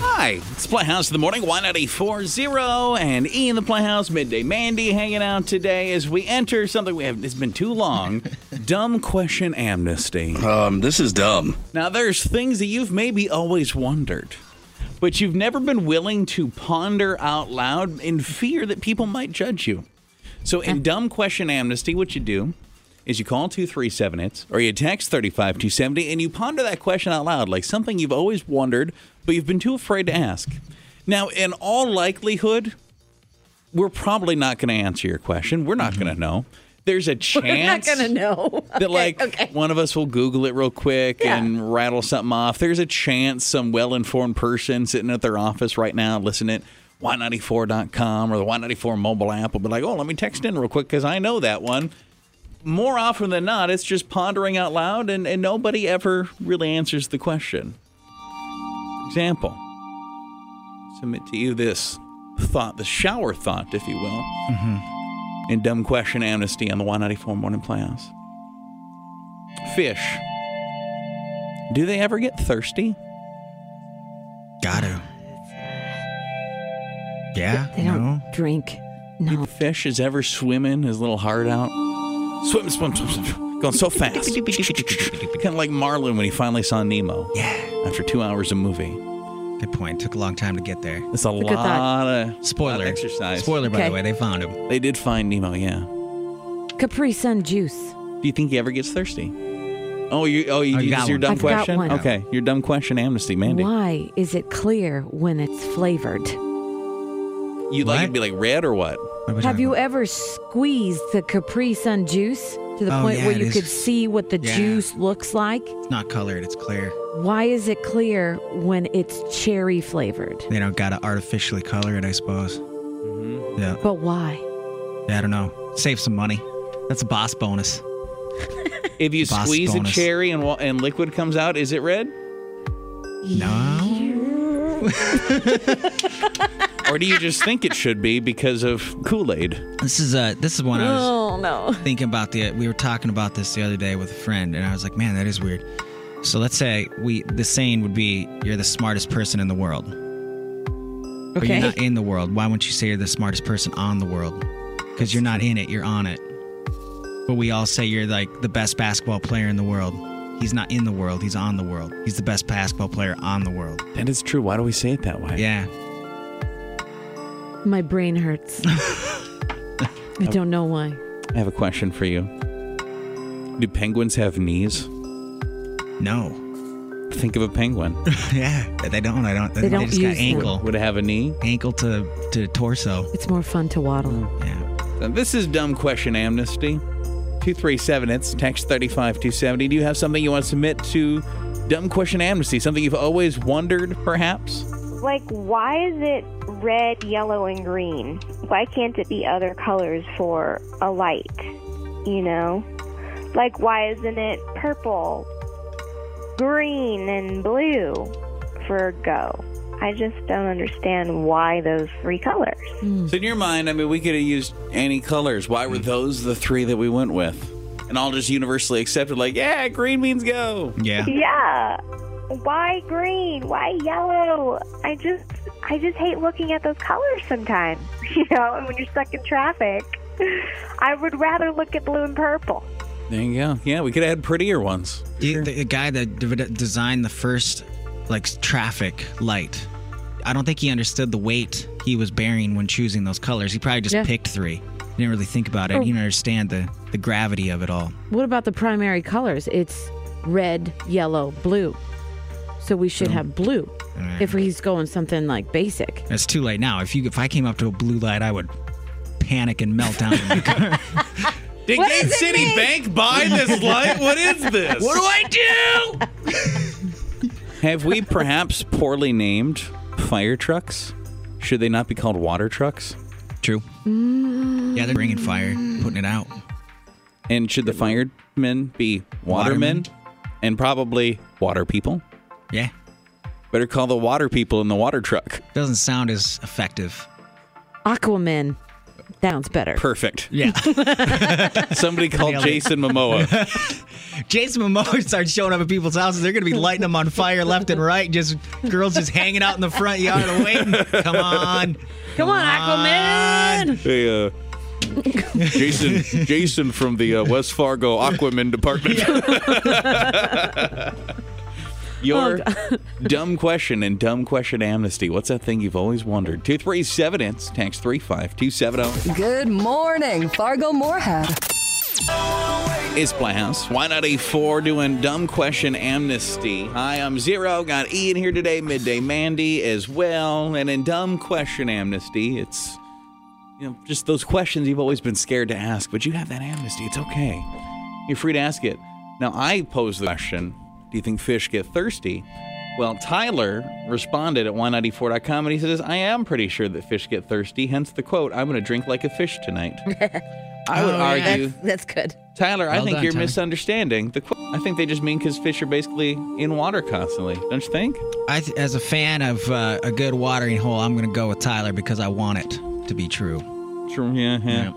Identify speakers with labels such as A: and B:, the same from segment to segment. A: Hi, it's Playhouse in the Morning, 184.0, and E in the Playhouse, Midday Mandy hanging out today as we enter something we have, it's been too long, Dumb Question Amnesty.
B: Um, this is dumb.
A: Now, there's things that you've maybe always wondered, but you've never been willing to ponder out loud in fear that people might judge you. So, in Dumb Question Amnesty, what you do is you call 237 it's or you text 35270 and you ponder that question out loud, like something you've always wondered, but you've been too afraid to ask. Now, in all likelihood, we're probably not going to answer your question. We're not going to know. There's a
C: Mm-hmm. We're not
A: chance
C: gonna know. Okay,
A: that like
C: okay.
A: one of us will Google it real quick
C: Yeah.
A: and rattle something off. There's a chance some well-informed person sitting at their office right now listening to Y94.com or the Y94 mobile app will be like, oh, let me text in real quick because I know that one. More often than not, it's just pondering out loud and, and nobody ever really answers the question. For example, submit to you this thought, the shower thought, if you will,
C: Mm-hmm.
A: in Dumb Question Amnesty on the Y94 Morning Playhouse fish. Do they ever get thirsty?
D: Gotta. Yeah.
C: They
D: no.
C: don't drink. No.
A: Fish is ever swimming his little heart out. Swim, swim, swim, swim. Going so fast. kind of like Marlin when he finally saw Nemo
D: Yeah.
A: after two hours of movie.
D: Good point. Took a long time to get there.
A: It's a
C: good thought.
A: lot of, lot
D: Spoiler.
A: of exercise.
D: Spoiler, by
C: Okay.
D: the way, they found him.
A: They did find Nemo, yeah.
C: Capri Sun juice.
A: Do you think he ever gets thirsty? Oh, you, oh, you,
D: I've
A: you
D: got
A: this is your
D: one.
A: dumb
C: I've got
A: question?
C: one.
A: Okay, your dumb question, Amnesty, Mandy.
C: Why is it clear when it's flavored?
A: You like it
D: What?
A: be like red or what?
D: What are we
C: Have
D: talking
C: you
D: about?
C: ever squeezed the Capri Sun juice to the
D: Oh,
C: point
D: yeah,
C: where
D: it
C: you
D: is.
C: could see what the
D: Yeah.
C: juice looks like?
D: It's not colored. It's clear.
C: Why is it clear when it's cherry flavored?
D: They don't gotta artificially color it, I suppose. Yeah.
C: But why?
D: yeah. I don't know. Save some money. That's a boss bonus.
A: If you
D: Boss
A: squeeze a
D: bonus.
A: cherry and, wa- and liquid comes out, is it red?
D: No.
A: or do you just think it should be because of Kool Aid?
D: This is uh. This is one I was.
C: Oh no.
D: thinking about the we were talking about this the other day with a friend and i was like man that is weird so let's say we the saying would be you're the smartest person in the world but
C: Okay.
D: you're not in the world why wouldn't you say you're the smartest person on the world because you're not in it you're on it but we all say you're like the best basketball player in the world he's not in the world he's on the world he's the best basketball player on the world
A: That is true. Why do we say it that way?
D: yeah
C: My brain hurts. I don't know why.
A: I have a question for you. Do penguins have knees?
D: no
A: Think of a penguin.
D: yeah they don't i don't
C: They don't
D: just got
C: use them.
D: ankle
A: Would it have a knee?
D: ankle to to torso
C: It's more fun to waddle.
D: yeah
A: Now, This is dumb question amnesty. 237 it's text 35270. Do you have something you want to submit to dumb question amnesty? Something you've always wondered perhaps?
E: Like, why is it red, yellow, and green? Why can't it be other colors for a light? You know? Like, why isn't it purple, green, and blue for go? I just don't understand why those three colors.
A: So in your mind, I mean, we could have used any colors. Why were those the three that we went with? And all just universally accepted like, yeah, green means go.
D: yeah
E: Yeah. Why green? Why yellow? I just I just hate looking at those colors sometimes, you know, and when you're stuck in traffic. I would rather look at blue and purple.
A: There you go. Yeah, we could have had prettier ones.
D: The, the, the guy that d- d- designed the first like s- traffic light, I don't think he understood the weight he was bearing when choosing those colors. He probably just
C: Yeah.
D: picked three. He didn't really think about it. He didn't understand the, the gravity of it all.
C: What about the primary colors? It's red, yellow, blue. So we should
D: Mm.
C: have blue
D: right.
C: if he's going something like basic.
D: It's too late now. If you if I came up to a blue light, I would panic and melt down in my car.
A: Did
C: What does it
A: City
C: mean?
A: Bank buy this light? What is this? What do I do? Have we perhaps poorly named fire trucks? Should they not be called water trucks?
D: True. Yeah, they're bringing fire, putting it out.
A: And should the firemen be watermen?
D: Watermen?
A: And probably water people?
D: Yeah,
A: Better call the water people in the water truck.
D: doesn't sound as effective.
C: Aquaman. Sounds better.
A: Perfect.
D: Yeah.
A: Somebody called
D: Nailed it.
A: Jason Momoa.
D: Jason Momoa starts showing up at people's houses. They're going to be lighting them on fire left and right. Just girls just hanging out in the front yard waiting. Come on.
C: Come on, Aquaman.
A: Hey, uh, Jason, Jason from the uh, West Fargo Aquaman department. Your dumb question and dumb question amnesty. What's that thing you've always wondered? Two three seven. It's tax three five two seven oh. zero.
B: Good morning, Fargo Moorhead.
A: It's Playhouse. Why not a four doing dumb question amnesty? Hi, I'm Zero. Got Ian here today, midday Mandy as well. And in dumb question amnesty, it's you know just those questions you've always been scared to ask, but you have that amnesty. It's okay. You're free to ask it. Now I pose the question: Do you think fish get thirsty? Well, Tyler responded at 194.com and he says, I am pretty sure that fish get thirsty, hence the quote, I'm going to drink like a fish tonight. I would
D: Oh, yeah.
A: argue.
F: That's good.
A: Tyler, I
D: Well
A: think
D: done,
A: you're
D: Tyler.
A: misunderstanding. The qu- I think they just mean because fish are basically in water constantly, don't you think?
D: I, th- as a fan of uh, a good watering hole, I'm going to go with Tyler because I want it to be true.
A: True. Yeah, yeah.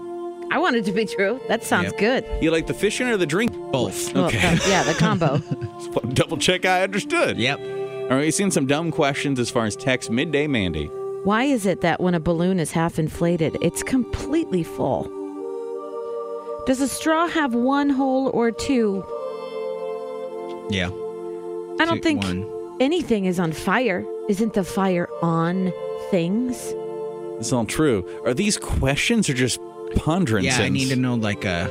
C: I want it to be true. That sounds
D: Yep.
C: good.
A: You like the fishing or the drink?
D: Both.
C: Well,
A: Okay.
C: that- yeah, the combo.
A: Double check. I understood.
D: Yep.
A: All right. We've seen some dumb questions as far as text midday, Mandy.
C: Why is it that when a balloon is half inflated, it's completely full? Does a straw have one hole or two?
D: Yeah.
C: I don't
D: Two-
C: think
D: one.
C: anything is on fire. Isn't the fire on things?
A: It's all true. Are these questions or just ponderings?
D: Yeah, I need to know like a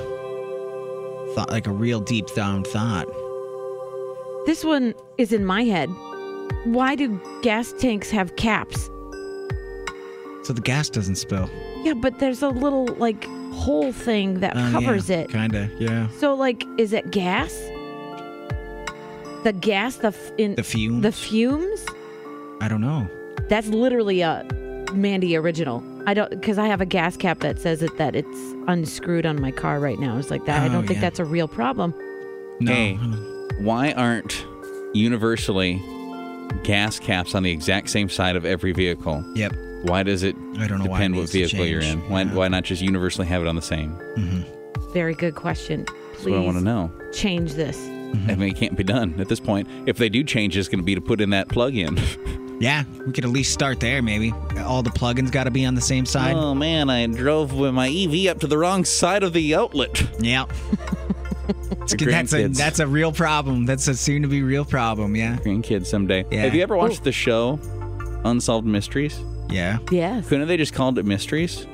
D: thought, like a real deep down thought.
C: This one is in my head. Why do gas tanks have caps?
D: So the gas doesn't spill.
C: Yeah, but there's a little like hole thing
D: Oh,
C: that covers it.
D: Kinda. Um, Yeah.
C: So like is it gas? The gas the f- in
D: The fumes?
C: The fumes?
D: I don't know.
C: That's literally a Mandy original. I don't because I have a gas cap that says it that it's unscrewed on my car right now. It's like that. I
D: Oh,
C: don't think
D: yeah.
C: that's a real problem.
D: No.
A: Hey, why aren't universally gas caps on the exact same side of every vehicle?
D: Yep.
A: Why does it
D: I don't know why it
A: depend what
D: needs to
A: vehicle you're in?
D: change.
A: Why,
D: Yeah.
A: why not just universally have it on the same?
C: Very good question.
A: That's
C: Please
A: what I want to know.
C: change this.
A: I mean, it can't be done at this point. If they do change, it's going to be to put in that plug-in.
D: Yeah, we could at least start there. Maybe all the plugins got to be on the same side.
A: oh man, I drove with my EV up to the wrong side of the outlet.
D: Yeah.
A: That's
D: That's a that's a real problem. That's a soon to be real problem. Yeah.
A: grandkids someday.
D: Yeah.
A: Have you ever watched the show Unsolved Mysteries?
D: Yeah.
C: Yes.
A: Couldn't they just called it Mysteries?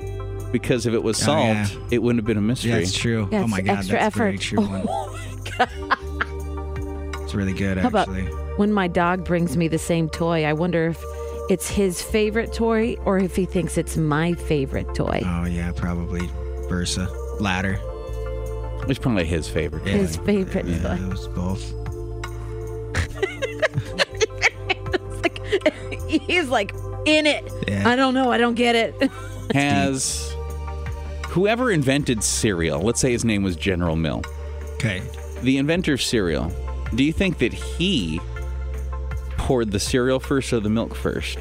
A: Because if it was
D: Oh,
A: solved,
D: yeah.
A: it wouldn't have been a mystery.
D: Yeah, it's true.
C: Yeah,
D: oh
C: it's
D: my god,
C: extra
D: that's a very
C: effort. Oh
D: true one. It's really good
C: How about
D: actually.
C: when my dog brings me the same toy? I wonder if it's his favorite toy or if he thinks it's my favorite toy.
D: Oh yeah, probably Versa ladder.
A: It's probably his favorite.
D: Yeah.
C: his favorite
D: Yeah,
C: toy.
D: it was both.
C: He's like in it.
D: Yeah.
C: I don't know. I don't get it.
A: Has whoever invented cereal, let's say his name was General Mill,
D: Okay.
A: the inventor of cereal, do you think that he poured the cereal first or the milk first?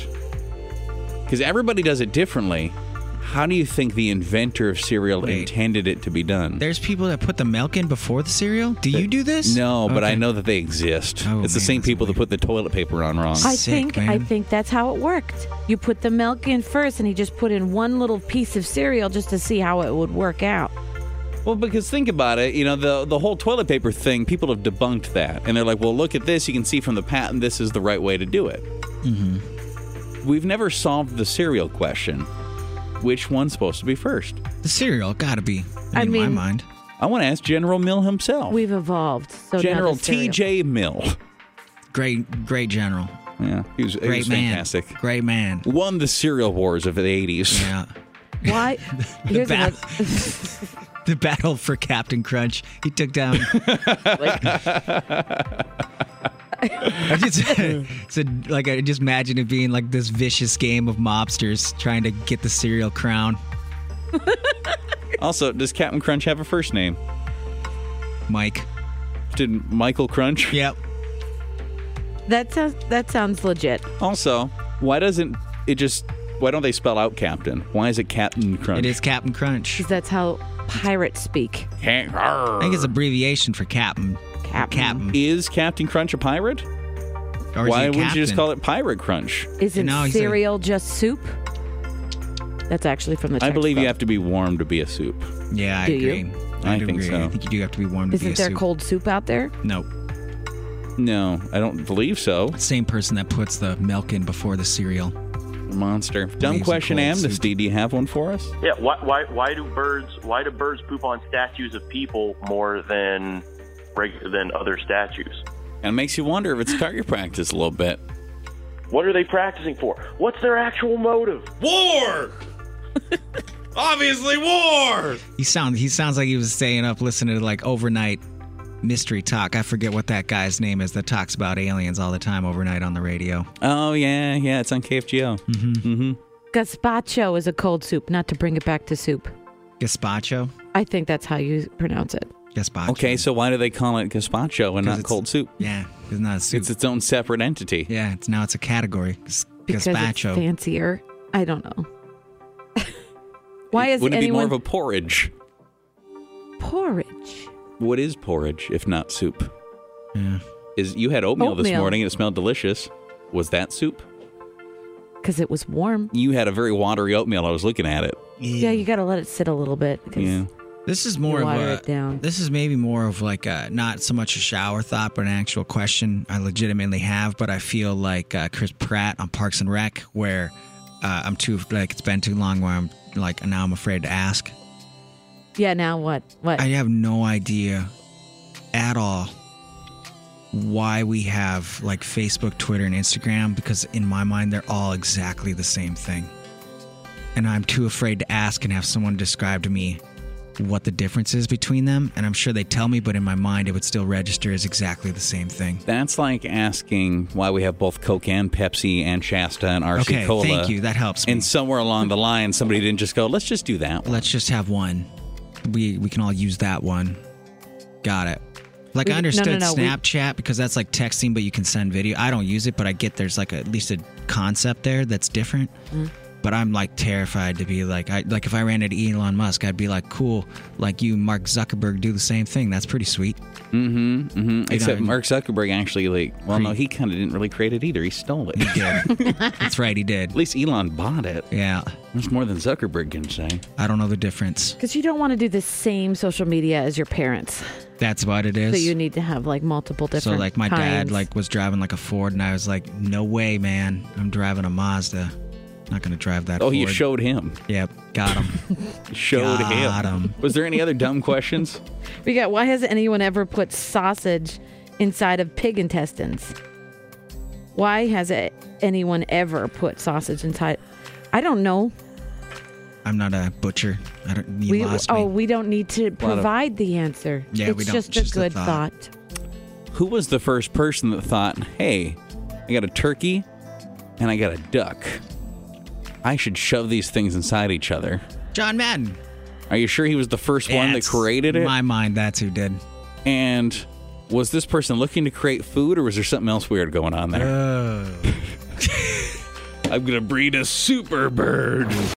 A: Because everybody does it differently. How do you think the inventor of cereal
D: Wait.
A: intended it to be done?
D: There's people that put the milk in before the cereal. Do you do this?
A: no, but I
D: Okay.
A: know that they exist.
D: Oh,
A: it's the
D: man,
A: same
D: that's
A: people that put the toilet paper on wrong.
C: I
D: Sick,
C: think I
D: man.
C: think that's how it worked. You put the milk in first, and he just put in one little piece of cereal just to see how it would work out.
A: well, because think about it, you know, the the whole toilet paper thing, people have debunked that. And they're like, "Well, look at this. You can see from the patent this is the right way to do it."
D: Mm-hmm.
A: We've never solved the cereal question. Which one's supposed to be first?
D: The cereal got to be.
C: I
D: in my
C: mean-
D: mind.
A: I want to ask General Mill himself.
C: We've evolved. So now
A: General
C: the cereal-
A: T.J. Mill.
D: Great, great general.
A: Yeah, he was, he
D: Great
A: was
D: man.
A: fantastic.
D: Great man.
A: Won the cereal wars of the 80s.
D: Yeah.
C: Why? Here's
D: bat-
C: another-
D: The battle for Captain Crunch. He took down. I just, it's a, like I just imagine it being like this vicious game of mobsters trying to get the cereal crown.
A: Also, does Captain Crunch have a first name?
D: Mike.
A: Did Michael Crunch?
D: Yep.
C: that sounds that sounds legit.
A: Also, why doesn't it just Why don't they spell out Captain? Why is it Captain Crunch?
D: It is Captain Crunch.
C: Because that's how pirates speak.
A: Can't-
D: I think it's abbreviation for Captain.
C: Captain.
D: Captain.
A: Is Captain Crunch a pirate?
D: Or
A: Why
D: is
A: would
D: he
A: not you just
D: Captain?
A: call it Pirate Crunch?
C: Isn't
D: No, he's a-
C: cereal just soup? That's actually from the
A: I believe you
C: textbook.
A: have to be warm to be a soup.
D: Yeah, I
C: Do you?
D: agree.
A: I
D: do
A: think
D: agree.
A: so.
D: I think you do have to be warm to be a
C: Isn't there
D: soup.
C: cold soup out there?
D: Nope.
A: No, I don't believe so.
D: Same person that puts the milk in before the cereal.
A: Monster. Dumb
D: in
A: question
D: cold soup.
A: amnesty. Do you have one for us?
F: Yeah, why, why, why do birds why do birds poop on statues of people more than reg- than other statues?
A: And it makes you wonder if it's target practice a little bit.
F: What are they practicing for? What's their actual motive?
A: War! Obviously, war!
D: He sounds he sounds like he was staying up listening to like overnight mystery talk. I forget what that guy's name is that talks about aliens all the time overnight on the radio.
A: Oh, yeah, yeah, it's on KFGO.
D: Hmm.
C: Gazpacho is a cold soup, not to bring it back to soup.
D: Gazpacho.
C: I think that's how you pronounce it.
D: Gazpacho.
A: Okay, so why do they call it gazpacho and
D: 'Cause
A: not
D: it's-
A: cold soup?
D: Yeah, it's not a soup.
A: It's its own separate entity.
D: yeah, it's now it's a category. Gas-
C: Because it's
D: Gazpacho.
C: fancier. I don't know. Why is
A: Wouldn't it be more
C: anyone
A: of a porridge?
C: porridge?
A: What is porridge if not soup?
D: yeah.
A: Is you had oatmeal, this
C: Oatmeal.
A: morning and it smelled delicious. Was that soup?
C: Because it was warm.
A: You had a very watery oatmeal. I was looking at it.
C: Yeah, you got to let it sit a little bit. 'cause-
A: Yeah.
D: This is more of
C: water
D: a.
C: it down.
D: This is maybe more of like a not so much a shower thought, but an actual question I legitimately have. But I feel like uh, Chris Pratt on Parks and Rec, where uh, I'm too like it's been too long, where I'm like now I'm afraid to ask.
C: Yeah, now what? What?
D: I have no idea at all why we have like Facebook, Twitter, and Instagram because in my mind they're all exactly the same thing. And I'm too afraid to ask and have someone describe to me what the difference is between them. And I'm sure they tell me, but in my mind it would still register as exactly the same thing.
A: That's like asking why we have both Coke and Pepsi and Shasta and RC
D: Okay,
A: Cola.
D: thank you. That helps me.
A: And somewhere along the line, somebody didn't just go, let's just do that. one."
D: Let's just have one. We we can all use that one. Got it. Like
C: We-
D: I
C: no, no,
D: understood
C: no, we-
D: Snapchat because that's like texting, but you can send video. I don't use it, but I get there's like a, at least a concept there that's different.
C: Mm-hmm.
D: But I'm like terrified to be like I like if I ran into Elon Musk, I'd be like, cool, like you, Mark Zuckerberg, do the same thing. That's pretty sweet. Mm-hmm,
A: Mhm, Except
D: know-
A: Mark Zuckerberg actually, like, well, no, he kind of didn't really create it either. He stole it. At
D: Yeah, that's right, he did.
A: least Elon bought it.
D: Yeah,
A: That's more than Zuckerberg can say.
D: I don't know the difference.
C: Because you don't want to do the same social media as your parents.
D: That's what it is.
C: So you need to have like multiple different.
D: So like my dad
C: kinds.
D: like was driving like a Ford, and I was like, "No way, man! I'm driving a Mazda. Not gonna drive that."
A: Oh,
D: Ford.
A: you showed him.
D: Yep, got him.
A: Showed
D: Got
A: him.
D: him.
A: Was there any other dumb questions?
C: We got. Why has anyone ever put sausage inside of pig intestines? Why has a anyone ever put sausage inside? I don't know.
D: I'm not a butcher. I don't. You
C: we
D: lost
C: oh,
D: me.
C: we don't need to provide the answer.
D: Yeah,
C: it's
D: we don't.
C: just
D: It's just
C: a
D: a
C: good
D: thought.
C: thought.
A: Who was the first person that thought, hey, I got a turkey and I got a duck? I should shove these things inside each other.
D: John Madden.
A: Are you sure he was the first one that
D: That's-
A: created it?
D: My mind. That's who did.
A: and was this person looking to create food or was there something else weird going on there? I'm going to breed a super bird.